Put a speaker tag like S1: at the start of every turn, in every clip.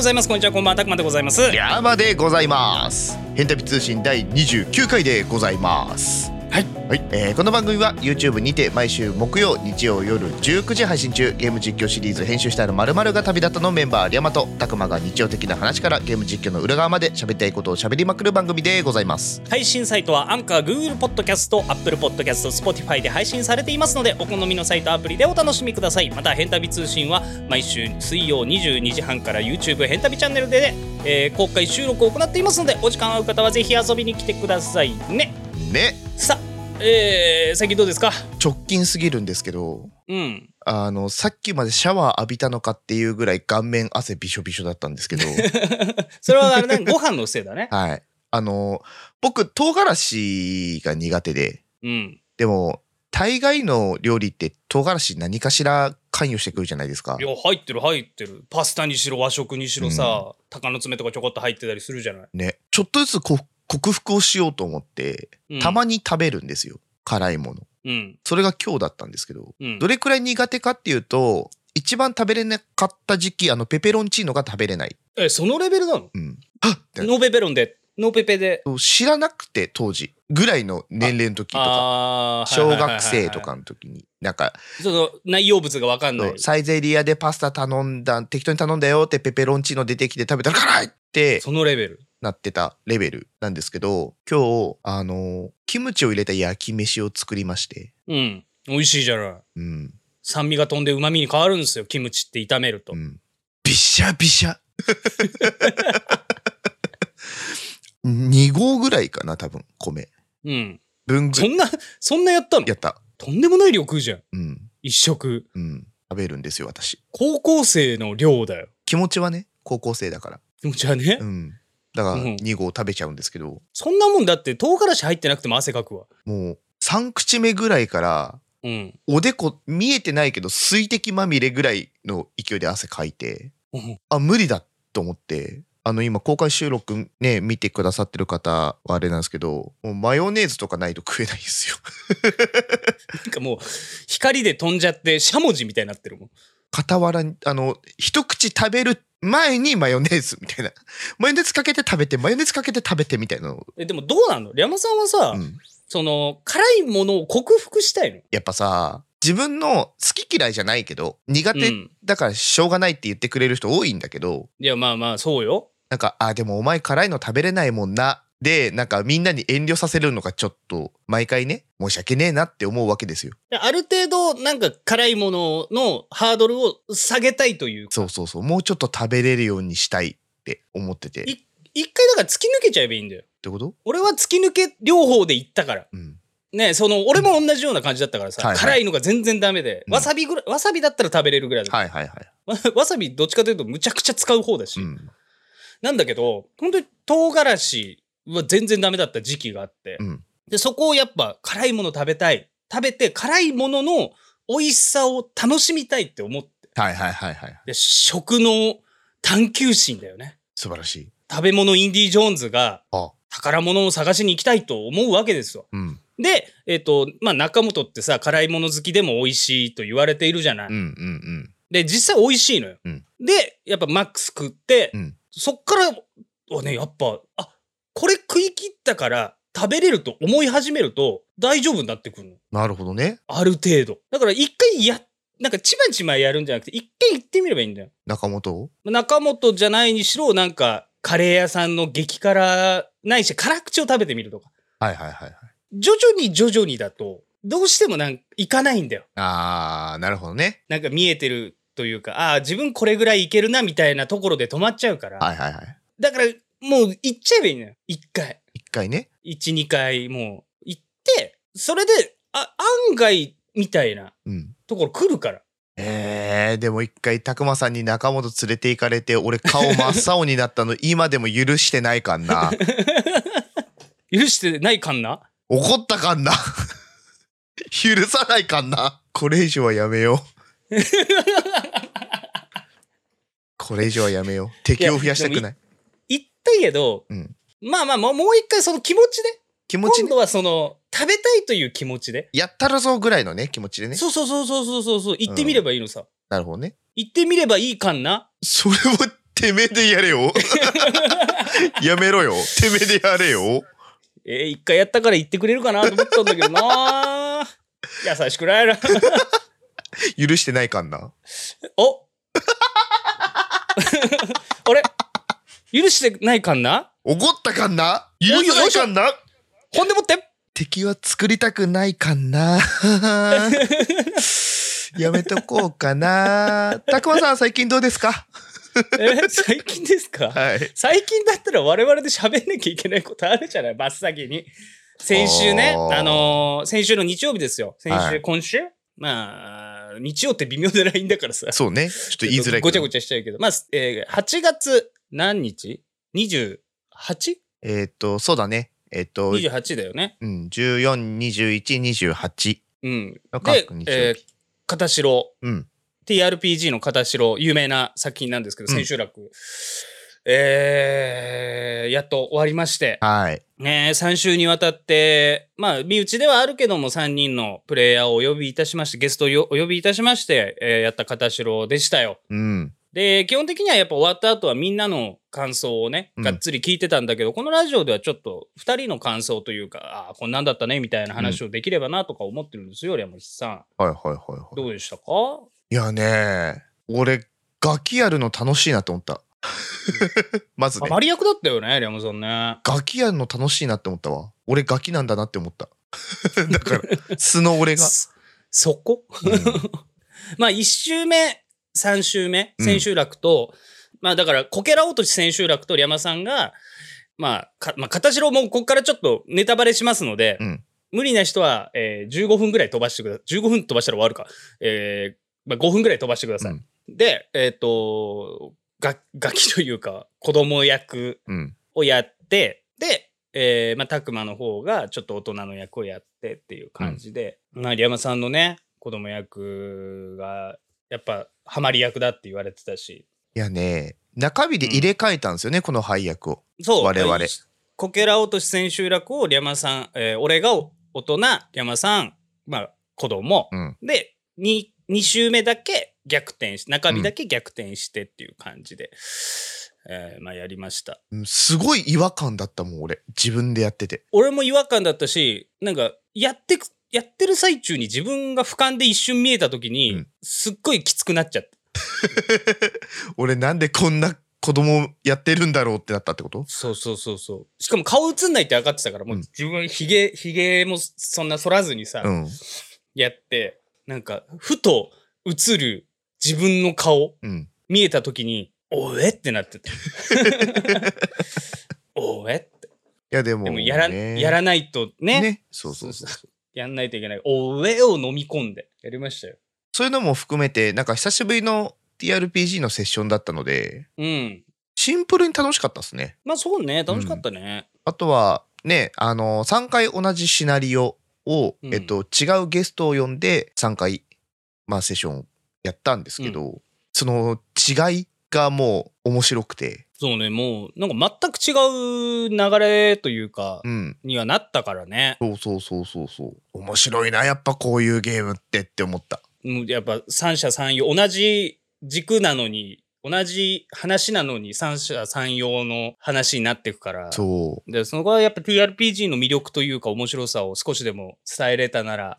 S1: ざいますこんにちはこんばんはたくまでございます
S2: リャーマでございます変旅通信第29回でございます
S1: はい
S2: えーこの番組は YouTube にて毎週木曜日曜夜19時配信中ゲーム実況シリーズ編集したいのまるが旅立ったのメンバーリャマとたくまが日常的な話からゲーム実況の裏側まで喋りたいことを喋りまくる番組でございます
S1: 配信サイトはアンカー Google ポッドキャスト Apple ポッドキャスト Spotify で配信されていますのでお好みのサイトアプリでお楽しみくださいまた「ヘンタビ通信」は毎週水曜22時半から YouTube ヘンタビチャンネルで、えー公開収録を行っていますのでお時間合う方はぜひ遊びに来てくださいね
S2: ね
S1: さあ、えー、最近どうですか
S2: 直近すぎるんですけど
S1: うん
S2: あのさっきまでシャワー浴びたのかっていうぐらい顔面汗びしょびしょだったんです けど
S1: それはあれ ねご飯のせいだね
S2: はいあの僕唐辛子が苦手で
S1: うん
S2: でも大概の料理って唐辛子何かしら関与してくるじゃないですか
S1: いや入ってる入ってるパスタにしろ和食にしろさ、鷹の爪とかちょこっと入ってたりするじゃない、
S2: ねちょっとずつこ克服をしようと思って
S1: うん、
S2: たまに食べるんですよ、辛いもの
S1: うん
S2: それが今日だったんですけど
S1: うん
S2: どれくらい苦手かっていうと一番食べれなかった時期あのペペロンチーノが食べれない
S1: えそのレベルなの
S2: うんはっって
S1: ノーペペロンでノーペペで
S2: 知らなくて当時ぐらいの年齢の時とか
S1: あー
S2: 小
S1: はいはいはいはい
S2: 学生とかの時になんか
S1: その内容物が分かんない
S2: そうサイゼリアでパスタ頼んだ適当に頼んだよってペペロンチーノ出てきて食べたら辛いって
S1: そのレベル
S2: なってたレベルなんですけど今日あのキムチを入れた焼き飯を作りまして、
S1: うん美味しいじゃない
S2: うん
S1: 酸味が飛んで旨味に変わるんですよキムチって炒めると、
S2: うん、びしゃびしゃ 2合ぐらいかな多分米
S1: うん、
S2: 分ぐ
S1: そんなそんなやったの
S2: やった
S1: とんでもない量食うじゃん
S2: うん
S1: 一食
S2: うん食べるんですよ私
S1: 高校生の量だよ
S2: 気持ちはね高校生だから
S1: 気持ちはね、
S2: うんだから
S1: うん
S2: 2合食べちゃうんですけど、
S1: そんなもんだって唐辛子入ってなくても汗かくわ
S2: もう3口目ぐらいから
S1: うん
S2: おでこ見えてないけど水滴まみれぐらいの勢いで汗かいて
S1: うん
S2: あ無理だと思ってあの今公開収録ね見てくださってる方はあれなんですけどもうマヨネーズとかないと食えないんですよ
S1: なんかもう光で飛んじゃってしゃもじみたいになってるもん
S2: 傍らにあの一口食べる前にマヨネーズみたいな マヨネーズかけて食べてマヨネーズかけて食べてみたいなのを、
S1: えでもどうなのリャマさんはさ、
S2: うん、
S1: その辛いものを克服したいの
S2: やっぱさ自分の好き嫌いじゃないけど苦
S1: う
S2: 手
S1: ん、
S2: だからしょうがないって言ってくれる人多いんだけど、
S1: いやまあまあそうよ
S2: なんか、あ、でもお前辛いの食べれないもんな。で、なんかみんなに遠慮させるのがちょっと、毎回ね、申し訳ねえなって思うわけですよ。
S1: である程度なんか辛いもののハードルを下げたいという
S2: そうそうそう、もうちょっと食べれるようにしたいって思ってて。っ
S1: い一回だから突き抜けちゃえばいいんだよ
S2: てこと
S1: 俺は突き抜け両方で行ったから
S2: うん。
S1: ねその俺も同じような感じだったからさ、
S2: はいはい
S1: 辛いのが全然ダメで、
S2: うん
S1: わさびぐらいわさびだったら食べれるぐらいだ、
S2: はいはいはい。
S1: わわさびどっちかというとむちゃくちゃ使う方だし、
S2: うん。
S1: なんだけど本当に唐辛子は全然ダメだった時期があって、
S2: うん
S1: でそこをやっぱ辛いもの食べたい食べて辛いものの美味しさを楽しみたいって思って
S2: はいはいはいはい。
S1: で食の探求心だよね
S2: 素晴らしい。
S1: 食べ物インディ・ジョーンズが
S2: あ、
S1: 宝物を探しに行きたいと思うわけですよ
S2: うん。
S1: で、えっとまあ、中本ってさ辛いもの好きでも美味しいと言われているじゃない、
S2: うんうん
S1: で実際美味しいのよ、
S2: うん
S1: でやっぱマックス食って、
S2: うん
S1: そっからはねやっぱあこれ食い切ったから食べれると思い始めると大丈夫になってくるの
S2: うん。なるほどね。
S1: ある程度だから一回やなんかちまちまやるんじゃなくて一回行ってみればいいんだよ
S2: 中本を
S1: 中本じゃないにしろなんかカレー屋さんの激辛ないし辛口を食べてみるとか
S2: はいはいはいはい。
S1: 徐々に徐々にだとどうしてもなんか行かないんだよ
S2: あー、なるほどね。
S1: なんか見えてるというかああー自分これぐらいいけるなみたいなところで止まっちゃうから、
S2: はいはいはい。
S1: だからもう行っちゃえばいいのよ1回
S2: 一回ね。
S1: 12回もう行ってそれであ案外みたいな
S2: うん。
S1: ところ来るから
S2: えー、でも一回たくまさんに中本連れて行かれて俺顔真っ青になったの今でも許してないかんな
S1: 許してないかんな
S2: 怒ったかんな 許さないかんなこれ以上はやめよう これ以上はやめよう敵を増やしたくない
S1: 行ったけど、
S2: うん
S1: まあまあもうもう一回その気持ちで
S2: 気持ち
S1: 今
S2: ね
S1: 度はその食べたいという気持ちで、
S2: やったらぞぐらいのね気持ちでね
S1: そうそうそうそうそうそうそう行ってみればいいのさ、
S2: なるほどね
S1: 行ってみればいいかんな
S2: それをてめえでや れよやめろよてめえでやれよ
S1: えー一回やったから言ってくれるかなと思ったんだけどな 優しくないな。
S2: 許してないかんな
S1: お あれ許してないかんな
S2: 怒ったかんな許してないかんな
S1: ほんでもって
S2: 敵は作りたくないかな やめとこうかなたくまさん最近どうですか
S1: え最近ですか
S2: はい
S1: 最近だったら我々で喋んなきゃいけないことあるじゃない真っ先に。先週ね、
S2: あー
S1: あのー先週の日曜日ですよ。先週、
S2: はい
S1: 今週まあ、日曜って微妙で LINE だからさ。
S2: そうねちょっと言いづらいけど
S1: ごちゃごちゃしちゃうけど。まあ、えー8月何日 ?28?28
S2: えーっとそうだねえーっと、
S1: だよね。
S2: うん、142128
S1: うん。
S2: の
S1: で
S2: 各日曜日、
S1: えー、片白、
S2: うん
S1: TRPG の片白、有名な作品なんですけど、
S2: うん
S1: 千秋楽。えーやっと終わりまして、
S2: はい
S1: ね、3週にわたって、まあ、身内ではあるけども、3人のプレイヤーをお呼びいたしまして、ゲストをよお呼びいたしまして、えーやった片白でしたよ。
S2: うん
S1: で、基本的にはやっぱ終わった後はみんなの感想をね、
S2: うん
S1: がっつり聞いてたんだけど、このラジオではちょっと2人の感想というか、ああー、こんなんだったねみたいな話をできればなとか思ってるんですよ、山口さん。
S2: はいはいはいはい
S1: どうでしたか
S2: いやね俺ガキやるの楽しいなって思った まず
S1: あ
S2: ね
S1: マリ役だったよね、リャムさんね。
S2: ガキやるの楽しいなって思ったわ俺ガキなんだなって思った だから素の俺 が、
S1: そそこ
S2: うん
S1: まあ、1周目、3周目、
S2: うん
S1: 千秋楽と、まあ、だから、こけら落とし千秋楽とリャマさんが、まあ、か、まあ、片白もここからちょっとネタバレしますので、
S2: うん
S1: 無理な人は、えー15分ぐらい飛ばしてください。15分飛ばしたら終わるか。えーまあ、5分ぐらい飛ばしてください。
S2: うん
S1: で、えっ、と、が、 ガキというか、子供役
S2: うん
S1: をやって、で、えー、まあ、たくまの方がちょっと大人の役をやってっていう感じで、まあ、有山さんのね、子供役が、やっぱ、ハマり役だって言われてたし、
S2: いやね中日で入れ替えたんですよね、この配役を
S1: そう、
S2: 我々
S1: こけら落とし千秋楽を、リャマさん、えー俺が大人、リャマさん、まあ、子供、
S2: うん
S1: で、2、二週目だけ逆転し、中日だけ逆転してっていう感じで、えーまあ、やりました。
S2: うんすごい違和感だったもん俺自分でやってて
S1: 俺も違和感だったしなんかやってくやってる最中に自分が俯瞰で一瞬見えた時に、
S2: うん
S1: すっごいきつくなっちゃった
S2: 俺なんでこんな子供やってるんだろうってなったってこと
S1: そうそうそうそうしかも顔映んないって分かってたからもう
S2: うん
S1: 自分ひげひげもそんな剃らずにさ、
S2: うん
S1: やってなんかふと映る自分の顔
S2: うん
S1: 見えた時に「おえ?」ってなって た「おえ?」って
S2: いやでも
S1: でもやら,、
S2: ね
S1: やらないとね
S2: ねそうそうそう
S1: やんないといけない「おえ?」を飲み込んでやりましたよ
S2: そういうのも含めてなんか久しぶりの TRPG のセッションだったので
S1: うん
S2: シンプルに楽しかったですね。
S1: まあそうね、楽しかったね。
S2: あとはねあの3回同じシナリオを、
S1: うん
S2: えっと、違うゲストを呼んで3回、まあ、セッションやったんですけど、その違いがもう面白くて、
S1: そうね、もう、なんか全く違う流れというか
S2: う、ん、
S1: にはなったからね。
S2: そうそうそうそうそう面白いなやっぱこういうゲームってって思った。
S1: もうやっぱ三者三様、同じ軸なのに、同じ話なのに三者三様の話になっていくから。
S2: そ
S1: で、そこはやっぱ TRPG の魅力というか面白さを少しでも伝えれたなら、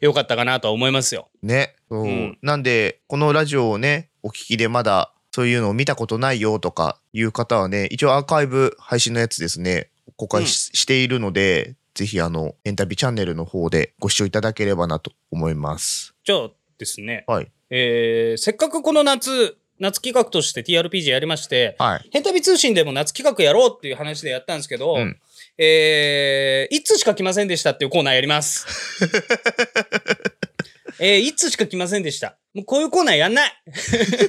S1: よかったかなとは思いますよ。
S2: うねそう、
S1: うん
S2: なんでこのラジオをねお聞きでまだそういうのを見たことないよとかいう方はね一応アーカイブ配信のやつですね公開し,、ているのでぜひあのエンタビチャンネルの方でご視聴いただければなと思います
S1: じゃあですね、
S2: はい
S1: えー、せっかくこの夏、夏企画として TRPG やりまして、
S2: はい
S1: ヘンタビ通信でも夏企画やろうっていう話でやったんですけど、
S2: うん
S1: えー、いつしか来ませんでしたっていうコーナーやります。 えー、いつしか来ませんでした。もうこういうコーナーやんない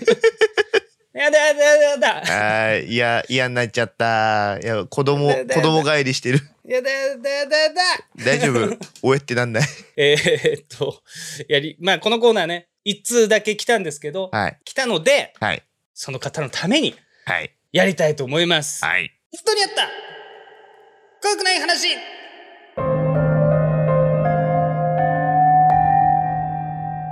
S1: やだやだやだやだ
S2: あーいや嫌になっちゃったいや子供
S1: だだだ
S2: 子供帰りしてる
S1: やだやだやだやだ
S2: 大丈 夫おえってなんない
S1: えー、っと、やり、まあこのコーナーね、一通だけ来たんですけど、
S2: はい
S1: 来たので、
S2: はい
S1: その方のために
S2: はい
S1: やりたいと思います。
S2: はい
S1: 本当にあった怖くない話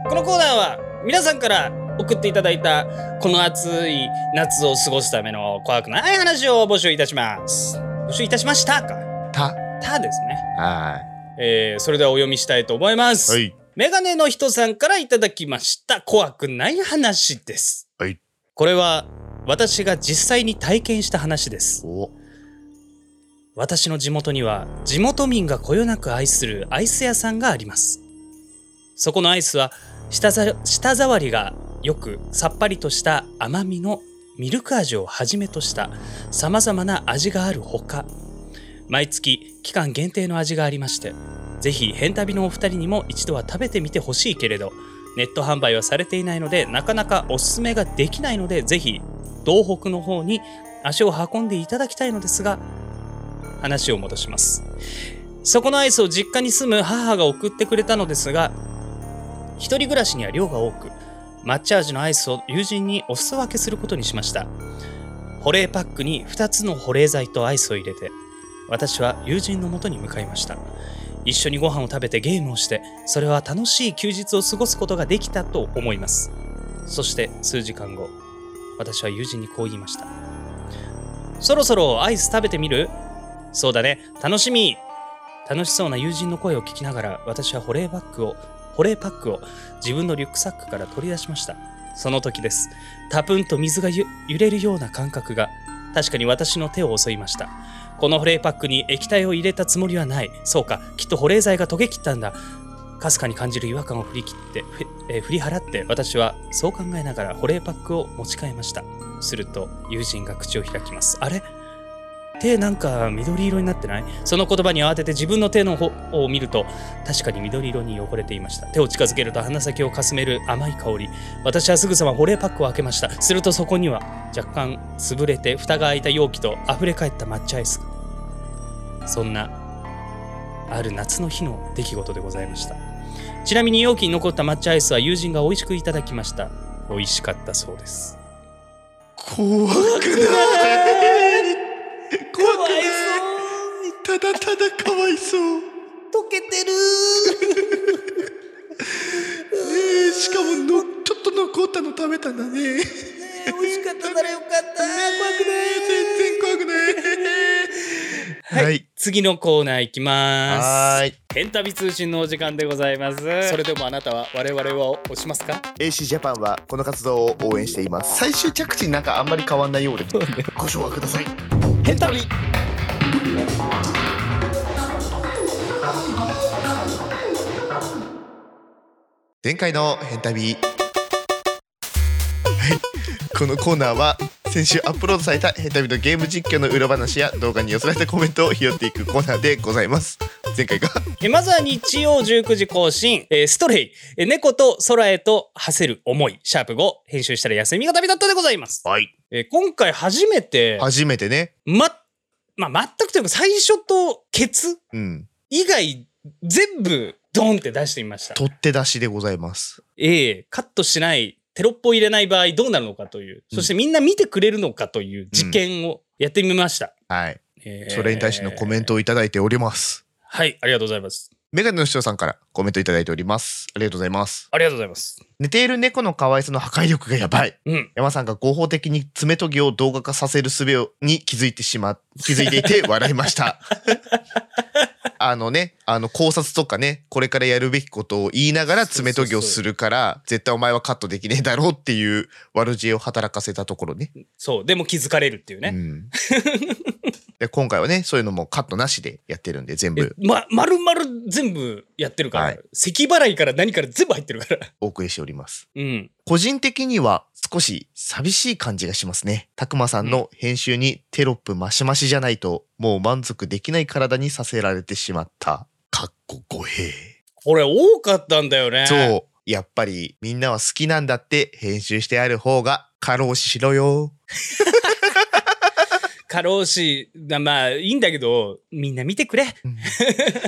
S1: このコーナーは皆さんから送っていただいたこの暑い夏を過ごすための怖くない話を募集いたします募集いたしましたか
S2: た
S1: たですね、
S2: は
S1: えー、それではお読みしたいと思います、
S2: いはい
S1: メガネの人さんからいただきました怖くない話です、
S2: はい
S1: これは私が実際に体験した話です
S2: お
S1: 私の地元には地元民がこよなく愛するアイス屋さんがありますそこのアイスは舌ざ舌触りがよくさっぱりとした甘みのミルク味をはじめとしたさまざまな味があるほか毎月期間限定の味がありましてぜひ変旅のお二人にも一度は食べてみてほしいけれどネット販売はされていないのでなかなかおすすめができないのでぜひ東北の方に足を運んでいただきたいのですが話を戻しますそこのアイスを実家に住む母が送ってくれたのですが一人暮らしには量が多く抹茶味のアイスを友人にお裾分けすることにしました保冷パックに2つの保冷剤とアイスを入れて私は友人のもとに向かいました一緒にご飯を食べてゲームをしてそれは楽しい休日を過ごすことができたと思いますそして数時間後私は友人にこう言いましたそろそろアイス食べてみるそうだね、楽しみ楽しそうな友人の声を聞きながら、私は保冷バッグを、保冷パックを自分のリュックサックから取り出しました。その時です。タプンと水がゆ揺れるような感覚が、確かに私の手を襲いました。この保冷パックに液体を入れたつもりはない。そうか、きっと保冷剤が溶けきったんだ。かすかに感じる違和感を振り切って、ふえー振り払って、私はそう考えながら保冷パックを持ち替えました。すると、友人が口を開きます。あれ手なんか緑色になってないその言葉に慌てて自分の手の方を見ると確かに緑色に汚れていました手を近づけると鼻先をかすめる甘い香り私はすぐさま保冷パックを開けましたするとそこには若干潰れて蓋が開いた容器と溢れ返った抹茶アイスがそんなある夏の日の出来事でございましたちなみに容器に残った抹茶アイスは友人が美味しくいただきました美味しかったそうです
S2: 怖く
S1: ない
S2: 怖くないただただかわいそうね
S1: 溶けてる
S2: えしかものちょっと残ったの食べたんだねねえ美味しかったからよかった怖くない全然怖くないはい
S1: 次のコーナー行きます
S2: はーい
S1: エンタビ通信のお時間でございますそれでもあなたは我々を押しますか
S2: AC ジャパンはこの活動を応援しています最終着地なんかあんまり変わんないようでご紹介ください
S1: ヘンタビ
S2: 前回の変旅はいこのコーナーは先週アップロードされた変旅のゲーム実況の裏話や動画に寄せられたコメントを拾っていくコーナーでございます前回が
S1: えまずは日曜19時更新、えーストレイ、えー猫と空へと馳せる思いシャープ5編集したら休みが旅立ったでございます、
S2: はい
S1: えー今回初めて
S2: 初めてね
S1: ままあ全くというか最初とケツ
S2: うん
S1: 以外全部ドンって出してみました
S2: 取って出しでございます
S1: ええカットしない、テロップを入れない場合どうなるのかという、
S2: うん
S1: そしてみんな見てくれるのかという実験をやってみました。
S2: はい
S1: えー
S2: それに対してのコメン。トをいただいております
S1: はい、ありがとうございます。
S2: メガネの師匠さんからコメントいただいておりますありがとうございます
S1: ありがとうございます。
S2: 寝ている猫の可愛さの破壊力がやばい
S1: うん。
S2: 山さんが合法的に爪研ぎを動画化させる術に気づいてしま気づいていて笑いました。あのね、あの考察とかね、これからやるべきことを言いながら爪研ぎをするから、絶対お前はカットできねえだろうっていう悪知恵を働かせたところね。
S1: そう、でも気づかれるっていう
S2: う
S1: ね。
S2: んで今回はね、そういうのもカットなしでやってるんで、全
S1: え
S2: 部
S1: ま、まるまる全部やってるから、
S2: はい
S1: 咳払いから何から全部入ってるから。
S2: お送りしております。
S1: うん。
S2: 個人的には少し寂しい感じがしますね。たくまさんの編集にテロップマシマシじゃないともう満足できない体にさせられてしまった。かっこ語弊。
S1: これ多かったんだよね。
S2: そう。やっぱりみんなは好きなんだって編集してある方が過労死しろよ。
S1: 過労死、なまあいいんだけど、みんな見てくれ。
S2: い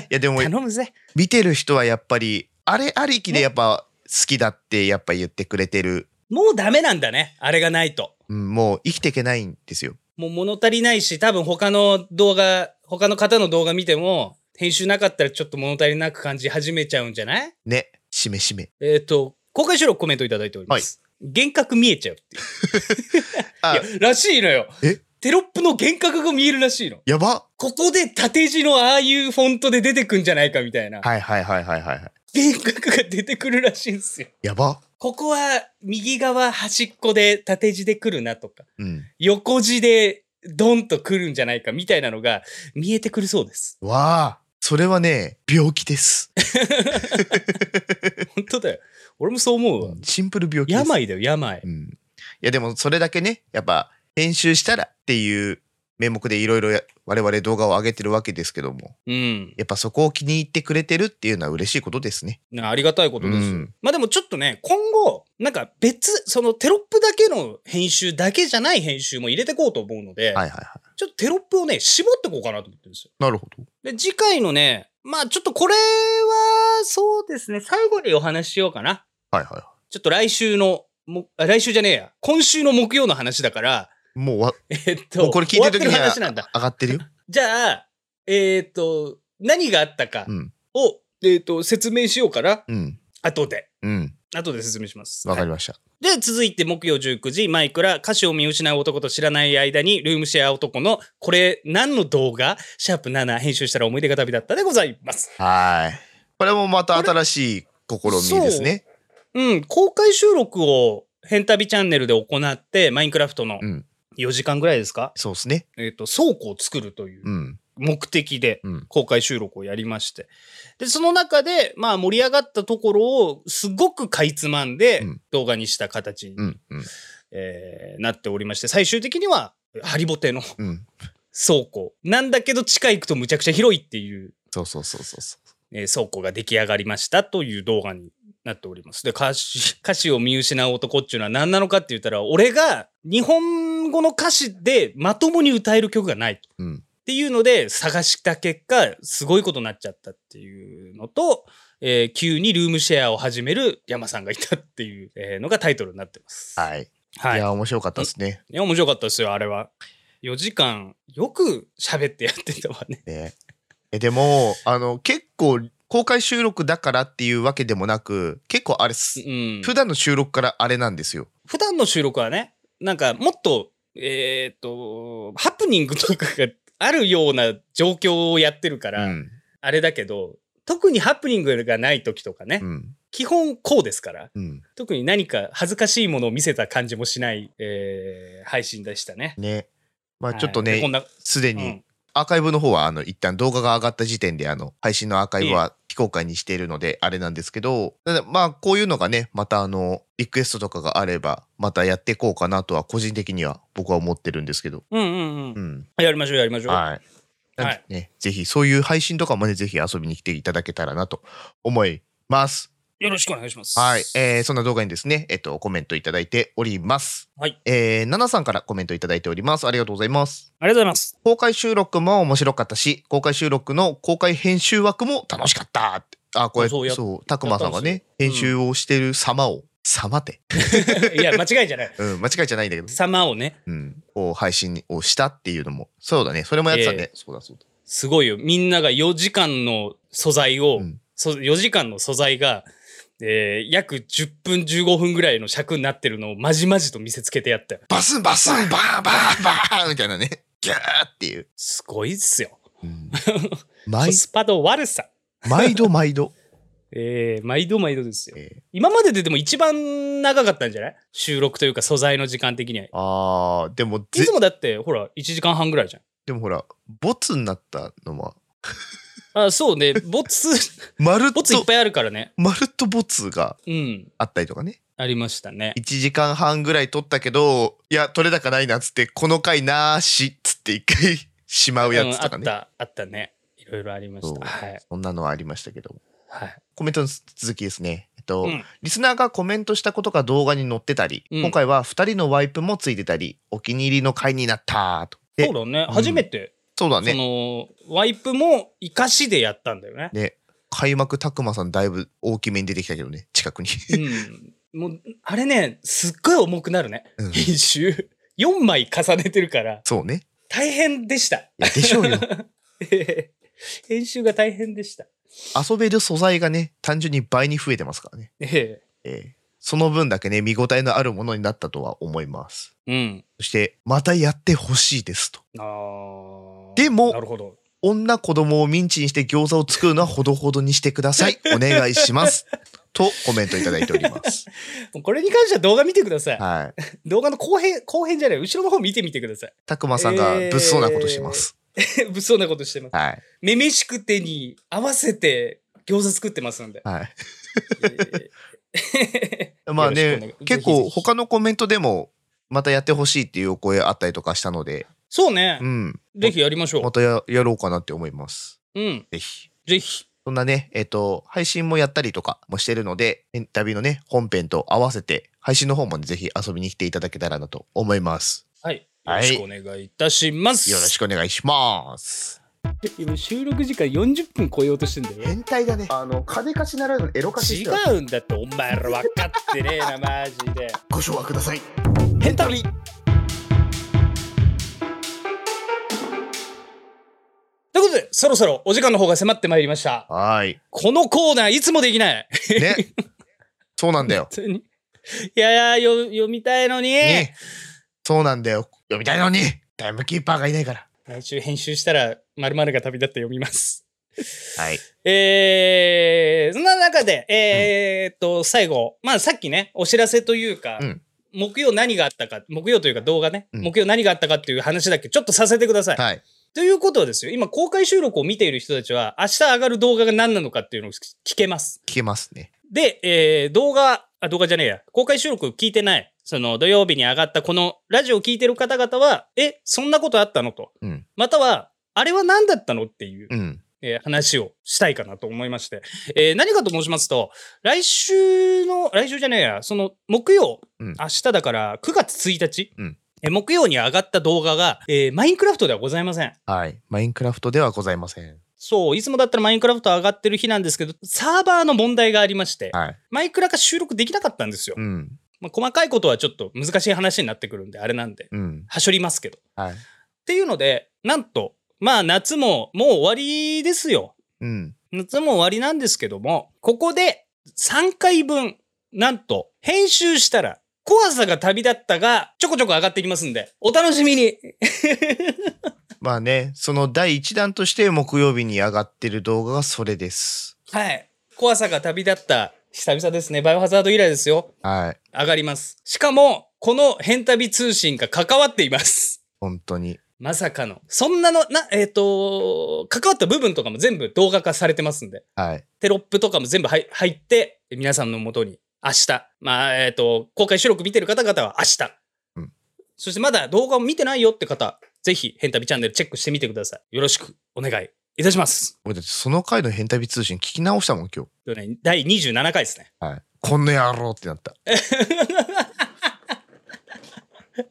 S2: やでも
S1: 頼むぜ。
S2: 見てる人はやっぱりあれありきでやっぱ好きだってやっぱ言ってくれてる。
S1: もうダメなんだね。あれがないと。
S2: うんもう生きていけないんですよ。
S1: もう物足りないし、多分他の動画、他の方の動画見ても、編集なかったらちょっと物足りなく感じ始めちゃうんじゃない
S2: ね。しめしめ。
S1: えっ、と、公開収録コメントいただいております。幻覚見えちゃうっていう。
S2: あ
S1: いや、らしいのよ。
S2: え
S1: テロップの幻覚が見えるらしいの。
S2: やば
S1: ここで縦字のああいうフォントで出てくんじゃないかみたいな。
S2: はいはいはいはいはいはい
S1: 幻覚が出てくるらしいんですよ。
S2: やば
S1: ここは右側端っこで縦字で来るなとか、
S2: うん
S1: 横字でドンと来るんじゃないかみたいなのが見えてくるそうです。
S2: わあそれはね病気です
S1: 本当だよ。俺もそう思うわ。
S2: シンプル病気です
S1: 病だよ、病
S2: う。ん、いやでもそれだけねやっぱ編集したらっていう名目でいろいろ我々動画を上げてるわけですけども
S1: うん。
S2: やっぱそこを気に入ってくれてるっていうのは嬉しいことですね。
S1: なありがたいことですよ。
S2: うん
S1: まあでもちょっとね、今後、なんか別、そのテロップだけの編集だけじゃない編集も入れてこうと思うので、
S2: はいはいは
S1: ちょっとテロップをね、絞ってこうかなと思ってるんですよ。
S2: い。なるほど。
S1: で、次回のね、まあちょっとこれは、そうですね、最後にお話ししようかな。
S2: はいはいは
S1: ちょっと来週の、もあ来週じゃねえや、今週の木曜の話だから、
S2: い。もうわ
S1: えっ
S2: も
S1: と、
S2: うこれ聞いてる時
S1: 終
S2: に
S1: わ
S2: は
S1: ってる話なんだ。
S2: 上がってるよ。
S1: じゃあ、えっと、何があったか
S2: うん
S1: を、えっと、説明しようかな。
S2: うん
S1: 後で。
S2: うん。
S1: 後で説明します。
S2: わかりました。
S1: で、続いて木曜19時、マイクラ、歌詞を見失う男と知らない間に、ルームシェア男の、これ、何の動画シャープ7、編集したら思い出が旅だったでございます。
S2: はーい。これもまた新しい試みですね。
S1: うん、公開収録を、ヘンタビチャンネルで行って、マインクラフトの
S2: うん
S1: 4時間ぐらいですか、
S2: そうですね。
S1: えっ、と、倉庫を作るという
S2: うん
S1: 目的で
S2: うん
S1: 公開収録をやりまして。で、その中で、まあ、盛り上がったところを、すごくかいつまんで
S2: うん、
S1: 動画にした形に、
S2: うんうん
S1: えーなっておりまして、最終的には、ハリボテの
S2: うん。
S1: 倉庫なんだけど地下行くとむちゃくちゃ広いっていう、
S2: そうそうそうそうそ
S1: えー倉庫が出来上がりましたという動画になっております。で歌詞歌詞を見失う男っていうのは何なのかって言ったら俺が日本語の歌詞でまともに歌える曲がないと。
S2: う。うん
S1: っていうので探した結果すごいことになっちゃったっていうのと、えー急にルームシェアを始める山さんがいたっていうえーのがタイトルになってます。
S2: はい。い
S1: はい、
S2: や面白かったですね。
S1: いや面白かったですよあれは。4時間よく喋ってやってたわね。
S2: ね。えでもあの結構公開収録だからっていうわけでもなく結構あれす、
S1: うん、
S2: 普段の収録からあれなんですよ。
S1: 普段の収録はねなんかもっとえーっとハプニングとかがあるような状況をやってるか
S2: う
S1: ら、
S2: ん
S1: あれだけど特にハプニングがない時とかね、
S2: うん
S1: 基本こうですから
S2: うん、
S1: 特に何か恥ずかしいものを見せた感じもしない、えー配信でしたね。
S2: ね。まあ
S1: はい
S2: ちょっと
S1: でこ
S2: ね
S1: んな、
S2: すで
S1: う
S2: に
S1: ん
S2: アーカイブの方はあの一旦動画が上がった時点であの配信のアーカイブは非公開にしているのであれなんですけどただまあこういうのがねまたあのリクエストとかがあればまたやっていこうかなとは個人的には僕は思ってるんですけど、
S1: うんうんう、
S2: うんん、
S1: やりましょうやりましょう。
S2: はい。なんでね、ぜひそういう配信とかもね、ぜひ遊びに来ていただけたらなと思います。
S1: よろしくお願いします。
S2: はい、えーそんな動画にですね、えっとコメントいただいております。
S1: はい、
S2: えー、ナナさんからコメントいただいております。ありがとうございます。
S1: ありがとうございます。
S2: 公開収録も面白かったし、公開収録の公開編集枠も楽しかったって。あ、これ
S1: そうそうやっ
S2: そう、たくまさんが
S1: やっ
S2: ね、
S1: んで
S2: 編
S1: す
S2: 集
S1: よ
S2: をしてる様を、様って、
S1: いや間違いじゃない。
S2: うん、間違いじゃないんだけど、
S1: 様をね
S2: うん、こう配信をしたっていうのも、そうだね、それもやってたね。そうだそうだ。
S1: すごいよ。みんなが4時間の素材を、
S2: うん
S1: そ4時間の素材が、えー約10分15分ぐらいの尺になってるのをまじまじと見せつけてやったよ。
S2: バスンバスンバーンバーンバーンみたいなね。ギャーっていう。
S1: すごいっすよ。コ
S2: 毎
S1: スパの悪さ。
S2: 毎度毎度。
S1: えー、毎度毎度ですよ。
S2: えー
S1: 今までででも一番長かったんじゃない収録というか素材の時間的には。
S2: あーでも
S1: い
S2: ぜ
S1: つもだって、ほら、1時間半ぐらいじゃん。
S2: でもほらボツになったのは
S1: あ、そうね。ボ ツ、
S2: まるっと
S1: ボツいっぱいあるからね。
S2: まるっとボツが
S1: うん。
S2: あったりとかね
S1: ありましたね。
S2: 1時間半ぐらい撮ったけどいや取れ高ないなっつってこの回なーしっつって一回 しまうやつとか
S1: うん
S2: ね、
S1: あった、あったね。いろいろありまし
S2: そう
S1: た。はい。
S2: そんなのはありましたけども
S1: はい。
S2: コメントの続きですねえっと、
S1: うん
S2: リスナーがコメントしたことが動画に載ってたり、
S1: うん
S2: 今回は2人のワイプもついてたりお気に入りの回になったーとで
S1: そうだね。
S2: うん
S1: 初めて、
S2: そうだ
S1: そ
S2: ね
S1: の、ワイプも生かしでやったんだよね。
S2: ね開幕たくまさんだいぶ大きめに出てきたけどね近くに、
S1: うん。もう、あれね、すっごい重くなるね。
S2: うん
S1: 編集。4枚重ねてるから、
S2: そうね
S1: 大変でした。
S2: いやでしょう よ
S1: 編集が大変でした。
S2: 遊べる素材がね単純に倍に増えてますからね、
S1: ええ
S2: ええその分だけね、見応えのあるものになったとは思います。
S1: うん。
S2: そして、またやってほしいですと。
S1: あー
S2: でも
S1: なるほど。
S2: 女子供をミンチにして餃子を作るのはほどほどにしてください。お願いし ます。とコメントいただいております。
S1: これに関しては動画見てください。
S2: はい。
S1: 動画の後編、後編じゃない、後ろの方見てみてください。
S2: たくまさんが物騒なことしてます。
S1: 物騒なことしてます。
S2: はい。
S1: めめしくてに合わせて餃子作ってますんで。
S2: はい。
S1: えーよろしくお願いぜひ
S2: まあね、結
S1: ぜ
S2: 構
S1: ひ
S2: 他のコメントでも、またやってほしいっていうお声あったりとかしたので、
S1: そうね
S2: う。ん、
S1: ぜひやりましょ
S2: またややろうかなって思います。
S1: う。うん。
S2: ぜひ。
S1: ぜひ。
S2: そんなね、えっ、と、配信もやったりとかもしてるので、エンタビのね、本編と合わせて、配信の方もねぜひ遊びに来ていただけたらなと思います。
S1: はい。よ
S2: は
S1: ろ
S2: い
S1: しくお願いいたします。
S2: よろしくお願いします。
S1: 今収録時間40分超えようとしてんだよ。
S2: 態だね。あの、金貸しならぬエロ
S1: 違うんだってお前ら分かってねえなマジで。
S2: ご唱和ください。
S1: ヘンタリということでそろそろお時間の方が迫ってまいりました。
S2: はーい。
S1: このコーナーいつもできない。
S2: ね。そうなんだよ。
S1: 普通にいやいやよ読みたいのに、
S2: ね。そうなんだよ。読みたいのに、タイムキーパーがいないから。
S1: 来週編集したら〇〇が旅立って読みます。
S2: はい。
S1: えー、そんな中で、えーっと、最後、まあさっきね、お知らせというか、
S2: うん
S1: 木曜何があったか、木曜というか動画ね、
S2: うん
S1: 木曜何があったかっていう話だけちょっとさせてください。
S2: はい。
S1: ということはですよ、今公開収録を見ている人たちは、明日上がる動画が何なのかっていうのを聞けます。
S2: 聞けますね。
S1: で、えー動画、あ、動画じゃねえや、公開収録聞いてない、その土曜日に上がったこのラジオを聞いてる方々は、え、そんなことあったのと。
S2: うん
S1: または、あれは何だったのっていう、
S2: うん。
S1: えー話をしたいかなと思いまして、えー何かと申しますと、来週の、来週じゃねえや、その木曜、
S2: うん
S1: 明日だから9月1日、
S2: うん
S1: えー木曜に上がった動画が、えーマインクラフトではございません。
S2: はい。マインクラフトではございません。
S1: そう、いつもだったらマインクラフト上がってる日なんですけど、サーバーの問題がありまして、
S2: はい。
S1: マイクラが収録できなかったんですよ。
S2: うん。
S1: まあ、細かいことはちょっと難しい話になってくるんで、あれなんで、
S2: うん。
S1: はしょりますけど。っ
S2: はい。
S1: ていうので、なんと、まあ夏ももう終わりですよ。
S2: うん。
S1: 夏も終わりなんですけども、ここで3回分、なんと、編集したら、怖さが旅立ったが、ちょこちょこ上がってきますんで、お楽しみに
S2: まあね、その第一弾として木曜日に上がってる動画がそれです。
S1: はい。怖さが旅立った、久々ですね。バイオハザード以来ですよ。
S2: はい。
S1: 上がります。しかも、この変旅通信が関わっています。
S2: 本当に。
S1: まさかの。そんなの、な、えっ、と、関わった部分とかも全部動画化されてますんで、
S2: はい。
S1: テロップとかも全部入入って、皆さんのもとに、明日、まあ、えっ、と、公開収録見てる方々は明日。
S2: うん
S1: そしてまだ動画を見てないよって方、ぜひ、ヘンタビチャンネルチェックしてみてください。よろしくお願いいたします。
S2: 俺だってその回の変旅通信聞き直したもん、今日。
S1: というね第27回ですね。
S2: はい。こんな野郎ってな った。い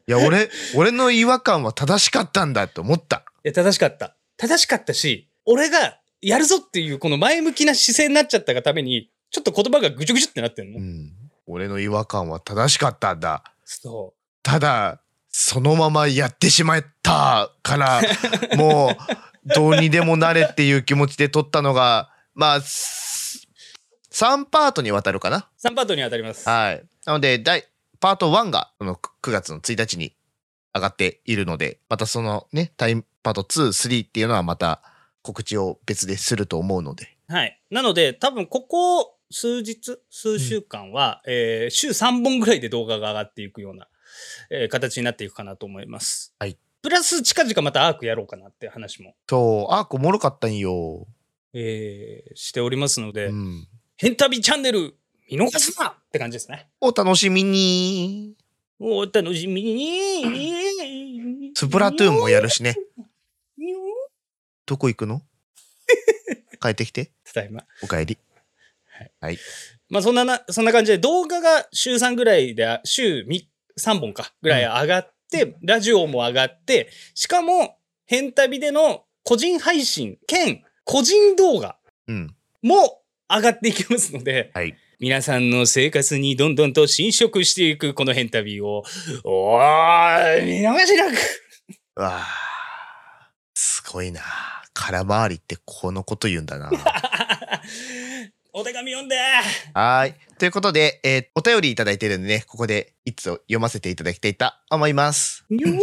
S2: や、俺、俺の違和感は正しかったんだって思った。
S1: いや、正しかった。正しかったし、俺がやるぞっていう、この前向きな姿勢になっちゃったがために、ちょっと言葉がぐちゅぐちゅってなってるの。
S2: うん。俺の違和感は正しかったんだ。
S1: そう。
S2: ただそのままやってしまったから もうどうにでもなれっていう気持ちで撮ったのがまあす3パートにわたるかな
S1: 3パートに当たります。
S2: はいなので第パート1がこの9月の1日に上がっているのでまたそのねタイムパート23っていうのはまた告知を別ですると思うので
S1: はい。なので、多分ここ数日、数週間は、えー週3本ぐらいで動画が上がっていくような、えー形になっていくかなと思います。
S2: はい。
S1: プラス、近々またアークやろうかなって話も、
S2: 今日アークおもろかったんよ、
S1: えーしておりますので、
S2: うん、
S1: ヘンタビチャンネル、見逃すなって感じですね。
S2: お楽しみに
S1: お楽しみに。
S2: スプラトゥーンもやるしね
S1: にょー
S2: どこ行くの帰ってきて
S1: ただいま。
S2: おかえり。
S1: まあそんなな、そんな感じで動画が週3ぐらいで、週み3本かぐらい上がって、ラジオも上がって、しかも、変旅での個人配信兼個人動画
S2: うん。
S1: も上がっていきますので、
S2: はい
S1: 皆さんの生活にどんどんと侵食していくこの変旅を、おー、見逃しなく
S2: うわあ、すごいな。空回りってこのこと言うんだな。
S1: お手紙読んで
S2: はーい。ということで、えーお便りいただいてるんでね、ここで一つを読ませていただきたいと思います。
S1: よー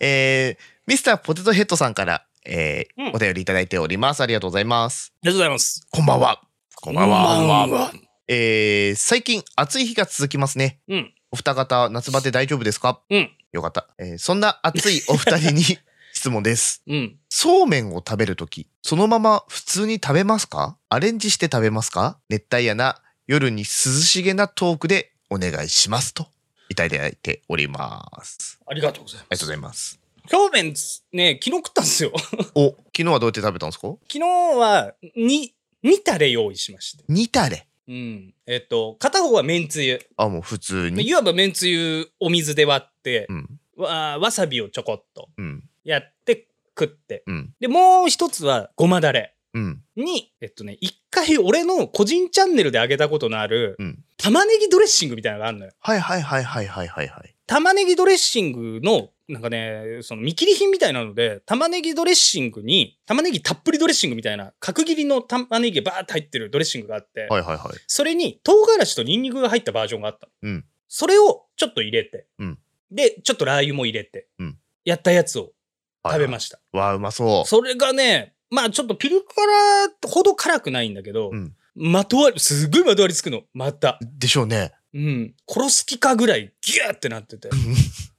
S2: えー、ミスターポテトヘッドさんから、えー
S1: うん
S2: お便りいただいております。ありがとうございます。
S1: ありがとうございます。
S2: こんばんは。こ
S1: こんばんは
S2: えー最近暑い日が続きますね。
S1: うん
S2: お二方、夏バテ大丈夫ですか
S1: うん。
S2: よかった。えーそんな暑いお二 人に質問です。
S1: うん。
S2: そうめんを食べるとき、そのまま普通に食べますかアレンジして食べますか熱帯夜な夜に涼しげなトークでお願いしますと。いただいております。
S1: ありがとうござい
S2: ありがとうございます。
S1: ます。表面ね、昨日食ったんですよ。 昨
S2: お、昨日はどうやって食べたんですか
S1: 日は、に、煮たれ用意しまして。
S2: 煮たれ。
S1: うん。えっと、片方はめんつゆ。
S2: あ、もう普通に。
S1: いわばめんつゆお水で割って
S2: う、ん。
S1: わわさびをちょこっと
S2: うん。
S1: やって食って。
S2: うん。
S1: で、もう一つはごまだれ。
S2: うん。
S1: に、えっとね、一回俺の個人チャンネルで上げたことのある
S2: うん、
S1: 玉ねぎドレッシングみたいなのがあるのよ。
S2: はいはいはいはいはいはいはい。
S1: 玉ねぎドレッシングの、なんかね、その見切り品みたいなので、玉ねぎドレッシングに、玉ねぎたっぷりドレッシングみたいな、角切りの玉ねぎがバーって入ってるドレッシングがあって、
S2: はいはいはい。
S1: それに唐辛子とニンニクが入ったバージョンがあったの。
S2: うん
S1: それをちょっと入れて、
S2: うん
S1: で、ちょっとラー油も入れて、
S2: うん
S1: やったやつを食べま
S2: し
S1: した。
S2: た。わあ、うまそう。
S1: それがね、まあちょっとピリ辛ほど辛くないんだけど、
S2: うん
S1: まとわり、すっごいまとわりつくの、また。
S2: でしょうね。
S1: うん。殺す気かぐらいギューってなってて。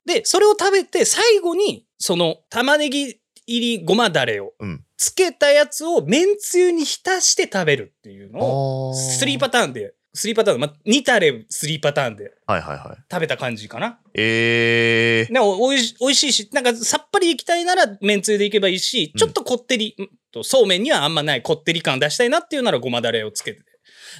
S1: で、それを食べて、最後に、その、玉ねぎ入りごまだれを
S2: うん、
S1: つけたやつを、めんつゆに浸して食べるっていうのを、
S2: お
S1: 3パターンで、3パターン、ま、2たれ3パターンで
S2: はいはいはい。
S1: 食べた感じかな。
S2: えー。
S1: でおおいし美味しいし、なんかさっぱりいきたいなら、めんつゆでいけばいいし、
S2: うん
S1: ちょっとこってり、うんとそうめんにはあんまないこってり感出したいなっていうなら、ごまだれをつけて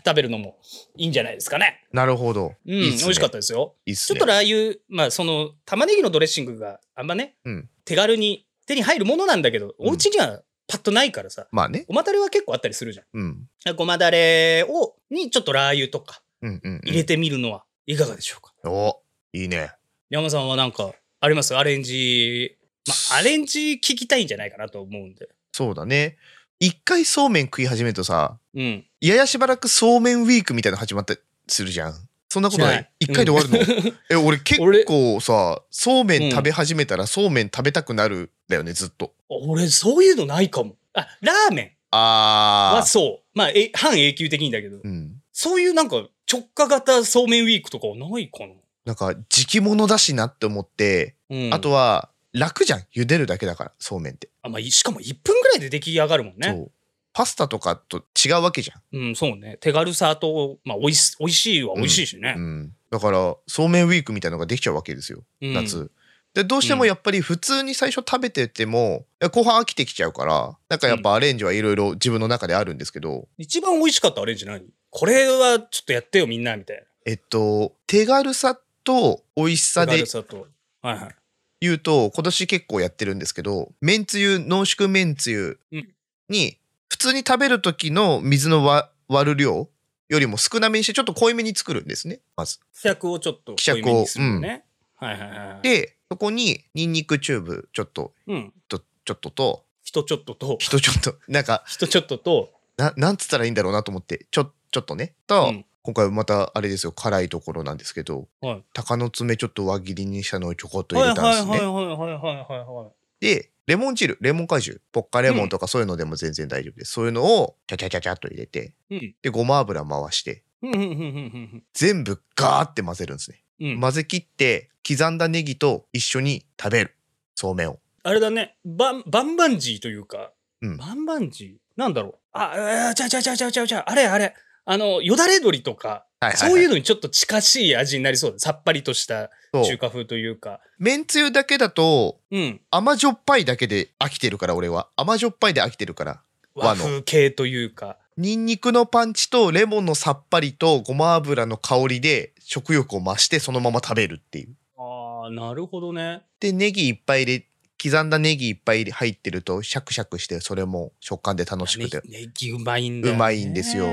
S1: 食べるのもいいんじゃないですかね。
S2: なるほど。
S1: うん、
S2: いい
S1: 美味しかったですよ。
S2: た。いいっす
S1: ちょっ
S2: ね。
S1: とラー油、まあその玉ねぎのドレッシングがあんまね、
S2: うん
S1: 手軽に手に入るものなんだけど、
S2: うん
S1: お家にはパッとないからさ、
S2: まあね。
S1: ごまだれは結構あったりするじゃ
S2: うん。
S1: ん。ごまだれを、にちょっとラー油とか
S2: うんうん、うん。
S1: 入れてみるのはいかがでしょうか。
S2: おいいね。
S1: 山さんはなんかありますアレンジ、まあ、アレンジ聞きたいんじゃないかなと思うんで。
S2: そうだね。一回そうめん食い始めるとさ、
S1: うん。
S2: ややしばらくそうめんウィークみたいなの始まったりするじゃん。そんなことな
S1: しない
S2: い。一回で終わるの、え、俺結構さ、そうめん食べ始めたらそうめん食べたくなるんだよね、ずっと。
S1: 俺そういうのないかも。あ、ラーメン
S2: あ
S1: は
S2: ー。
S1: そう。まあ、え半永久的にだけど、
S2: うん。
S1: そういうなんか直下型そうめんウィークとかはないかな。
S2: なんか、時期物だしなって思って、
S1: うん、
S2: あとは、楽じゃん。茹でるだけだから、そうめんって。
S1: あまあ、いしかも1分ぐらいで出来上がるもん
S2: そ
S1: ね。
S2: う。パスタとかと違うわけじゃん。
S1: うん、そうね。手軽さと、まあ、おいしおいしいは美味しいしね。
S2: うん、だからそうめんウィークみたいのができちゃうわけですよ
S1: うん
S2: 夏、でどうしてもやっぱり普通に最初食べててもいや後半飽きてきちゃうからなんかやっぱアレンジはいろいろ自分の中であるんですけど、
S1: 一番美味しかったアレンジ何これはちょっとやってよ、みんな、みたいな。
S2: えっと手軽さと美味しさ
S1: 手
S2: で
S1: 軽さと。はいはい。
S2: 言うと今年結構やってるんですけどめんつゆ濃縮めんつゆ
S1: うん
S2: に普通に食べる時の水のわ割る量よりも少なめにしてちょっと濃いめに作るんですねまず。
S1: 希釈をちょっと
S2: 希釈を
S1: 濃いめにするのね。はいはいはい。、
S2: でそこにニンニクチューブちょっと
S1: うん。
S2: とちょっとと
S1: 人ちょっとと、
S2: 人ちょっと なんか
S1: 人ちょっとと、
S2: ななんつったらいいんだろうなと思ってちょちょっとねと、
S1: うん
S2: 今回またあれですよ辛いところなんですけど、
S1: はい
S2: 鷹の爪ちょっと輪切りにしたのをちょこっと入
S1: はいは
S2: れ
S1: いは
S2: た
S1: い
S2: んで
S1: は
S2: す
S1: い
S2: ね
S1: はいはいは
S2: でレモン汁レモン果汁ポッカレモンとかそういうのでも全然大丈夫です、そういうのをチャチャチャチャっと入れて
S1: いはい。
S2: でごま油回して
S1: うん。うんうんうんうん
S2: 全部ガーって混ぜるんですね、
S1: うんうん。
S2: 混ぜ切って刻んだネギと一緒に食べるそうめんを
S1: あれだね、バン、バンバンジーというか、
S2: うん
S1: バンバンジーなんだろう。あ、あちゃうちゃうちゃうちゃうちゃうちゃう、あれあれ、あの、よだれ鶏とか、
S2: はいはい、
S1: そういう
S2: う
S1: のにちょっと近しい味になりそうだ。さっぱりとした中華風というか。
S2: めんつゆだけだと
S1: うん。
S2: 甘じょっぱいだけで飽きてるから俺は甘じょっぱいで飽きてるから和
S1: 和
S2: の
S1: 風系というか。
S2: ニンニクのパンチとレモンのさっぱりとごま油の香りで食欲を増してそのまま食べるっていう。
S1: ああ、なるほどね。
S2: でネギいっぱい入れ刻んだネギいっぱい入ってるとシャクシャクしてそれも食感で楽しくて
S1: ネギネギうまいんだよ、ね。
S2: うまいんですよ。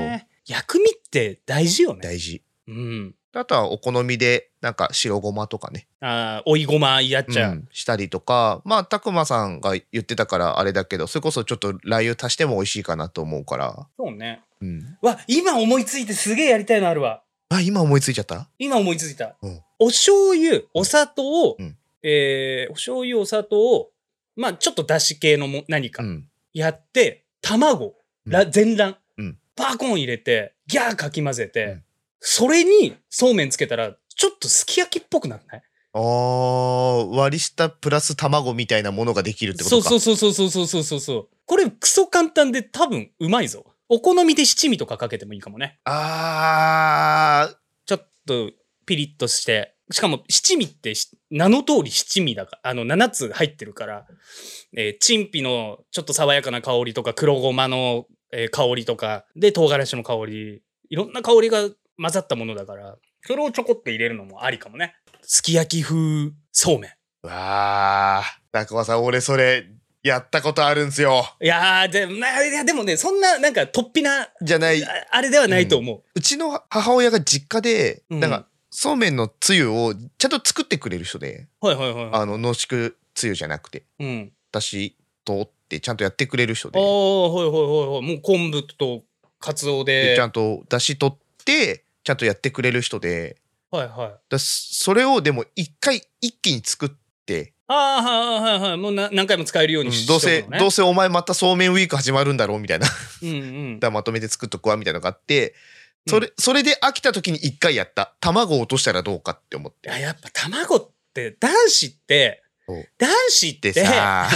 S1: 薬味って大事よね。
S2: 大事。
S1: うん。
S2: あとはお好みでなんか白ごまとかね、
S1: あー追いごまやっちゃう、
S2: うんしたりとかまあたくまさんが言ってたからあれだけどそれこそちょっとラー油足しても美味しいかなと思うから、
S1: そうね
S2: うん、
S1: わ今思いついてすげえやりたいのあるわ
S2: あ今思いついちゃった
S1: 今思いついた、
S2: うん
S1: お醤油お砂糖、
S2: うん
S1: えーお醤油お砂糖まあちょっとだし系のも何か
S2: うん
S1: やって、卵
S2: うん
S1: ら全卵、
S2: うん
S1: パーコーン入れてギャーかき混ぜて、
S2: うん
S1: それにそうめんつけたらちょっとすき焼きっぽくならない
S2: あー割り下プラス卵みたいなものができるってこ
S1: そ
S2: と
S1: う
S2: か
S1: そうそうそうそうそうそうそうそうこれクソ簡単で多分うまいぞお好みで七味とかかけてもいいかもね
S2: あー
S1: ちょっとピリッとしてしかも七味ってし名の通り七味だからあの7つ入ってるから、えー、チンピのちょっと爽やかな香りとか黒ごまの、えー香りとかで唐辛子の香りいろんな香りが混ざったものだからそれをちょこっと入れるのもありかもねすき焼き風そうめん
S2: うわーたくまさん俺それやったことあるんすよ
S1: いやーでないやでもねそんななんか突飛な
S2: じゃない
S1: ああれではないと思う。
S2: うちの母親が実家で、
S1: うん
S2: なんかそうめんのつゆをちゃんと作ってくれる人で、
S1: はいはいはいは
S2: あの濃縮つゆじゃなくて
S1: い。うん。
S2: だしとってちゃんとやってくれる人
S1: あ
S2: で
S1: あ、はいはいはいはい。もう昆布とカツオ
S2: で
S1: で。
S2: ちゃんとだしとってちゃんとやってくれる人で
S1: はいはい。
S2: だそれをでも一回一気に作って、
S1: ああ、はいはいはい。もうな何回も使えるようにし
S2: どうせ
S1: しておくのね
S2: どうせお前またそうめんウィーク始まるんだろうみたいなだか
S1: うんうん。
S2: らまとめて作っとくわみたいなのがあってそれ,、それで飽きた時に一回やった卵を落としたらどうかって思っ
S1: いや、
S2: て。
S1: やっぱ卵って、男子って
S2: そう、
S1: 男子っ
S2: で
S1: て、
S2: さ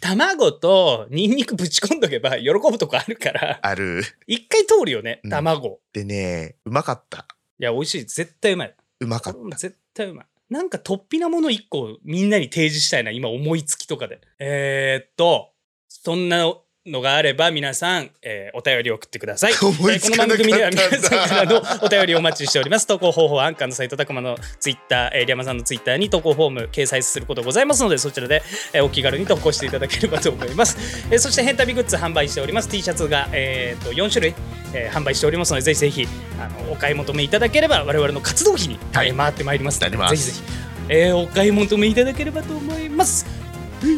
S1: 卵とニンニクぶち込んどけば喜ぶとこあるから、
S2: ある
S1: 一回通るよね
S2: う、ん
S1: 卵。
S2: でねうまかった
S1: いや、美味しい。絶対うまい。
S2: うまか
S1: こ
S2: っ
S1: れ
S2: た
S1: も絶対うまい。なんか突飛なもの一個みんなに提示したいな、今思いつきとかで。えー、っと、そんなのがあれば皆さん、えーお便りを送ってください。
S2: 思いつかなかったんだ
S1: えーこの番組では皆さんからのお便りをお待ちしております。投稿方法はアンカーのサイト、たくまのツイッター、えー、リャマさんのツイッターに投稿フォーム掲載することございますので、そちらで、えーお気軽に投稿していただければと思います。えーそして、ヘンタビグッズ販売しております。T シャツが、えー、と4種類、えー販売しておりますので、ぜひぜひあのお買い求めいただければ、我々の活動費に、
S2: はい
S1: えー回ってまいりますので
S2: なり
S1: ぜ
S2: ます
S1: ひぜひ、えーお買い求めいただければと思います。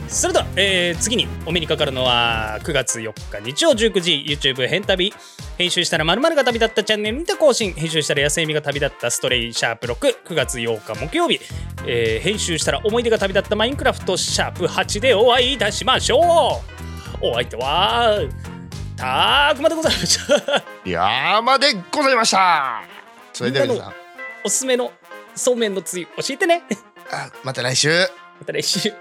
S1: それでは、えー次にお目にかかるのは9月4日日曜19時 YouTube 変旅編集したら〇〇が旅立ったチャンネルにて更新編集したら安いみが旅立ったストレイシャープ69月8日木曜日、えー編集したら思い出が旅立ったマインクラフトシャープ8でお会いいたしましょうお相手はたーくまでございました
S2: 山でございましたそれでは皆さん
S1: おすすめ のそうめんのつゆ教えてね
S2: あまた来週
S1: また来週